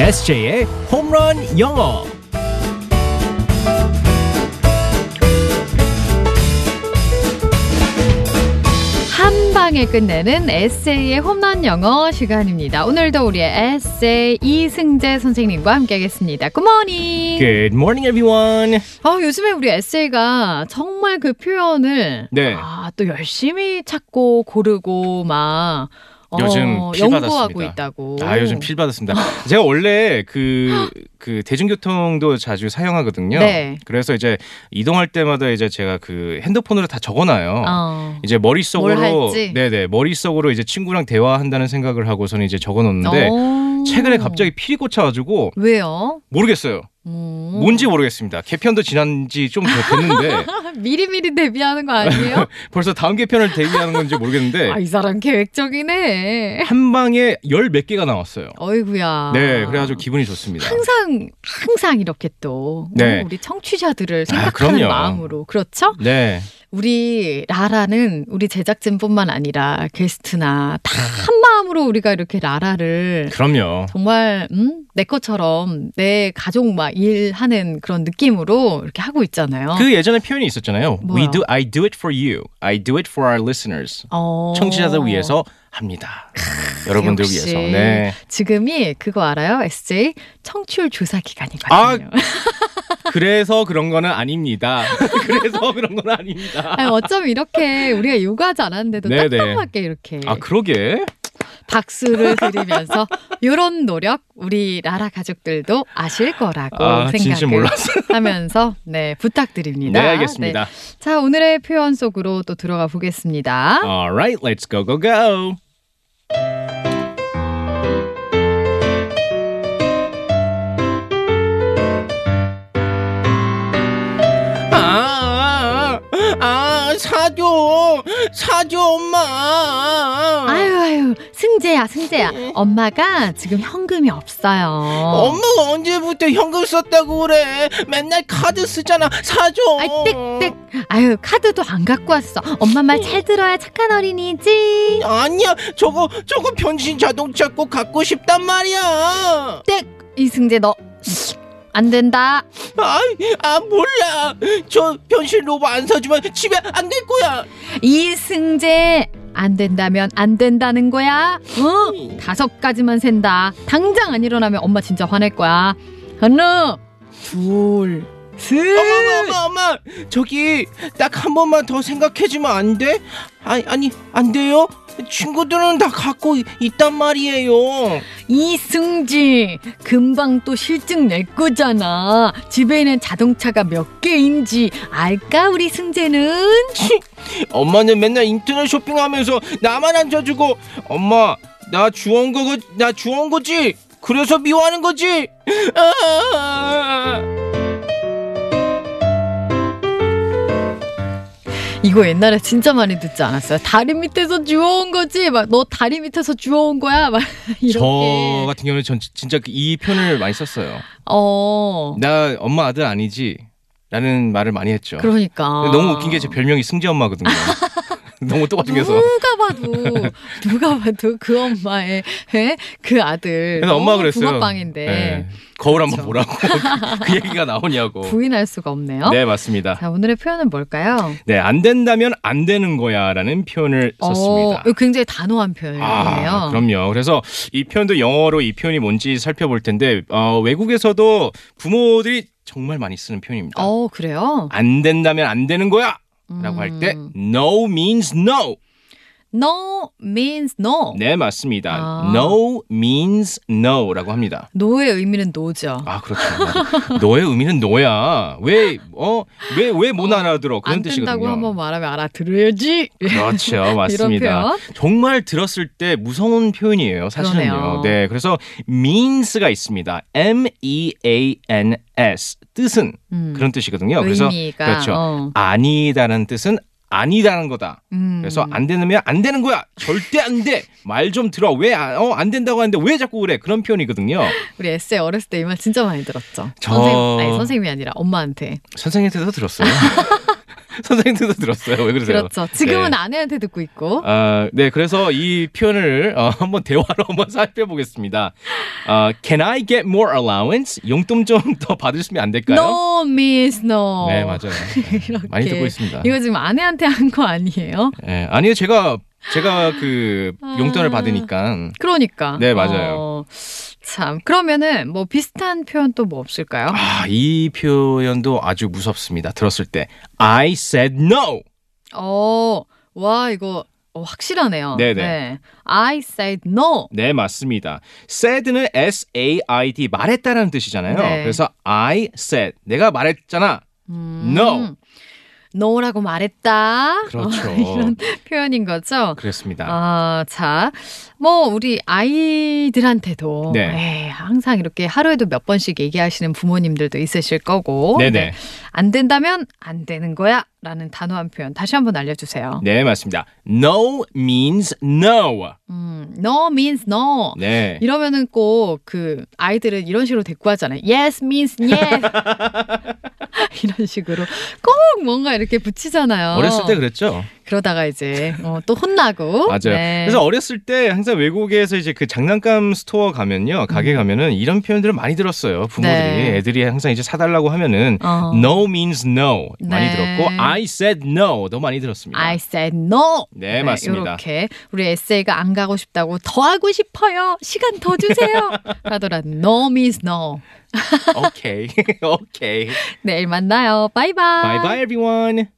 SJ의 홈런 영어. 한 방에 끝내는 에세이의 홈런 영어 시간입니다. 오늘도 우리의 에세이 이승재 선생님과 함께하겠습니다. 굿모닝. Good morning, everyone. 아, 요즘에 우리 에세이가 정말 그 표현을 네. 아, 또 열심히 찾고 고르고 막 어, 요즘 필 연구하고 받았습니다. 있다고. 아 요즘 필 받았습니다. 제가 원래 그 그 대중교통도 자주 사용하거든요. 네. 그래서 이제 이동할 때마다 이제 제가 그 핸드폰으로 다 적어놔요. 어. 이제 뭘 머릿속으로 할지? 네네 머릿속으로 이제 친구랑 대화한다는 생각을 하고서는 이제 적어놓는데 어. 최근에 갑자기 필이 꽂혀가지고 왜요? 모르겠어요. 음. 뭔지 모르겠습니다. 개편도 지난지 좀 됐는데 미리미리 데뷔하는 거 아니에요? 벌써 다음 개편을 대비하는 건지 모르겠는데 아, 이 사람 계획적이네. 한 방에 열 몇 개가 나왔어요. 어이구야. 네, 그래가지고 기분이 좋습니다. 아. 항상 항상 이렇게 또 어, 네. 우리 청취자들을 아, 생각하는 그럼요. 마음으로 그렇죠? 네, 우리 라라는 우리 제작진뿐만 아니라 게스트나 다 한 마음으로 우리가 이렇게 라라를 그럼요. 정말 음? 내 것처럼 내 가족 막 일하는 그런 느낌으로 이렇게 하고 있잖아요. 그 예전에 표현이 있었잖아요. 뭐요? We do, I do it for you. I do it for our listeners. 어. 아, 청취자들 위해서 합니다. 여러분들 역시. 위해서. 네. 지금이 그거 알아요? SJ 청취율 조사 아, 기간이거든요. 그래서 그런 거는 아닙니다. 그래서 그런 건 아닙니다. 아니, 어쩜 이렇게 우리가 요구하지 않았는데도 네, 네. 딱딱하게 이렇게 아, 그러게. 박수를 드리면서 이런 노력 우리 라라 가족들도 아실 거라고 아, 진짜 생각을 몰랐어요. 하면서 네 네, 부탁드립니다. 알겠습니다. 네. 자 오늘의 표현 속으로 또 들어가 보겠습니다. Alright, let's go, go, go. 아, 아, 사줘, 사줘, 엄마. 아유 아유 승재야 승재야 엄마가 지금 현금이 없어요. 엄마가 언제부터 현금 썼다고 그래? 맨날 카드 쓰잖아. 사줘. 아이 땡땡 아유 카드도 안 갖고 왔어. 엄마 말 잘 들어야 착한 어린이지. 아니야, 저거 저거 변신 자동차 꼭 갖고 싶단 말이야. 이승재 너 안 된다. 아, 아 몰라. 저 변신 로봇 안 사주면 집에 안 될 거야. 이승재 안 된다면 안 된다는 거야. 어? 다섯 가지만 센다. 당장 안 일어나면 엄마 진짜 화낼 거야. 하나, 둘, 엄마, 셋. 엄마, 엄마, 저기 딱 한 번만 더 생각해주면 안 돼? 아니, 아니, 안 돼요? 친구들은 다 갖고 이- 있단 말이에요. 이승재 금방 또 실증 낼 거잖아. 집에 있는 자동차가 몇 개인지 알까 우리 승재는? 엄마는 맨날 인터넷 쇼핑하면서 나만 안 사주고, 엄마, 나 주운 거, 나 주운 거지. 그래서 미워하는 거지. 아, 이거 옛날에 진짜 많이 듣지 않았어요? 다리 밑에서 주워온 거지. 막 너 다리 밑에서 주워온 거야. 막 이렇게. 저 같은 경우는 전 진- 진짜 그이 표현을 많이 썼어요. 어. 나 엄마 아들 아니지? 라는 말을 많이 했죠. 그러니까. 근데 너무 웃긴 게 제 별명이 승재 엄마거든요. 너무 똑같으면서. 누가 봐도 누가 봐도 그 엄마의 예? 그 아들 그래서 엄마가 그랬어요. 네. 붕어빵인데 거울 한번 네. 그렇죠. 보라고 그 얘기가 나오냐고. 부인할 수가 없네요. 네 맞습니다. 자 오늘의 표현은 뭘까요? 네 안 된다면 안 되는 거야라는 표현을 썼습니다. 어, 이거 굉장히 단호한 표현이에요. 아, 그럼요. 그래서 이 표현도 영어로 이 표현이 뭔지 살펴볼 텐데 어, 외국에서도 부모들이 정말 많이 쓰는 표현입니다. 어 그래요? 안 된다면 안 되는 거야라고 할 때 음, no means no. no means no. 네, 맞습니다. 어. 아. no means no라고 합니다. no의 의미는 no죠. 아 그렇죠. 맞아. 너의 의미는 너야. 어? 왜어왜왜못 알아들어 그런 안 된다고 뜻이거든요. 한번 말하면 알아들어야지. 그렇죠, 맞습니다. 이런 표현. 정말 들었을 때 무서운 표현이에요, 사실은요. 그러네요. 네, 그래서 means가 있습니다. M E A N S 뜻은 음, 그런 뜻이거든요. 그래서 의미가 그렇죠. 어, 아니다는 뜻은 아니다는 거다. 음. 그래서 안 되면 안 되는 거야. 절대 안 돼. 말 좀 들어. 왜 안 된다고 하는데 왜 자꾸 그래? 그런 표현이거든요. 우리 에세 어렸을 때 이 말 진짜 많이 들었죠. 저- 선생님, 아니 선생님이 아니라 엄마한테. 선생님한테도 들었어요. 선생님들도 들었어요. 왜 그러세요? 그렇죠. 지금은 네. 아내한테 듣고 있고. 아, 네, 그래서 이 표현을 어, 한번 대화로 한번 살펴보겠습니다. 아, can I get more allowance? 용돈 좀 더 받으시면 안 될까요? No, miss, no. 네, 맞아요. 네, 이렇게. 많이 듣고 있습니다. 이거 지금 아내한테 한 거 아니에요? 네, 아니요, 제가 제가 그 용돈을 아. 받으니까 그러니까. 네, 맞아요. 어, 참. 그러면은 뭐 비슷한 표현 또 뭐 없을까요? 아, 이 표현도 아주 무섭습니다. 들었을 때 I said no. 어, 와, 이거 어, 확실하네요. 네네. 네. I said no. 네, 맞습니다. said는 S A I D 말했다라는 뜻이잖아요. 네. 그래서 I said 내가 말했잖아. 음, No. no라고 말했다. 그렇죠. 어, 이런 표현인 거죠. 그렇습니다. 아, 자, 뭐 우리 아이들한테도 네. 예, 항상 이렇게 하루에도 몇 번씩 얘기하시는 부모님들도 있으실 거고, 네네. 안 된다면 안 되는 거야라는 단호한 표현 다시 한번 알려주세요. 네, 맞습니다. No means no. 음, no means no. 네. 이러면은 꼭 그 아이들은 이런 식으로 대꾸하잖아요. Yes means yes. 이런 식으로 꼭 뭔가 이렇게 붙이잖아요. 어렸을 때 그랬죠. 그러다가 이제 어, 또 혼나고. 맞아요. 네. 그래서 어렸을 때 항상 외국에서 이제 그 장난감 스토어 가면요, 가게 가면은 이런 표현들을 많이 들었어요. 부모들이 네. 애들이 항상 이제 사달라고 하면은 어. no means no 많이 네. 들었고 I said no 너 많이 들었습니다. I said no. 네, 맞습니다. 이렇게 우리 에세이가 안 가고 싶다고 더 하고 싶어요. 시간 더 주세요. 하더라. No means no. 오케이 오케이. 내일 만나요. 바이바이. 아. Bye bye everyone.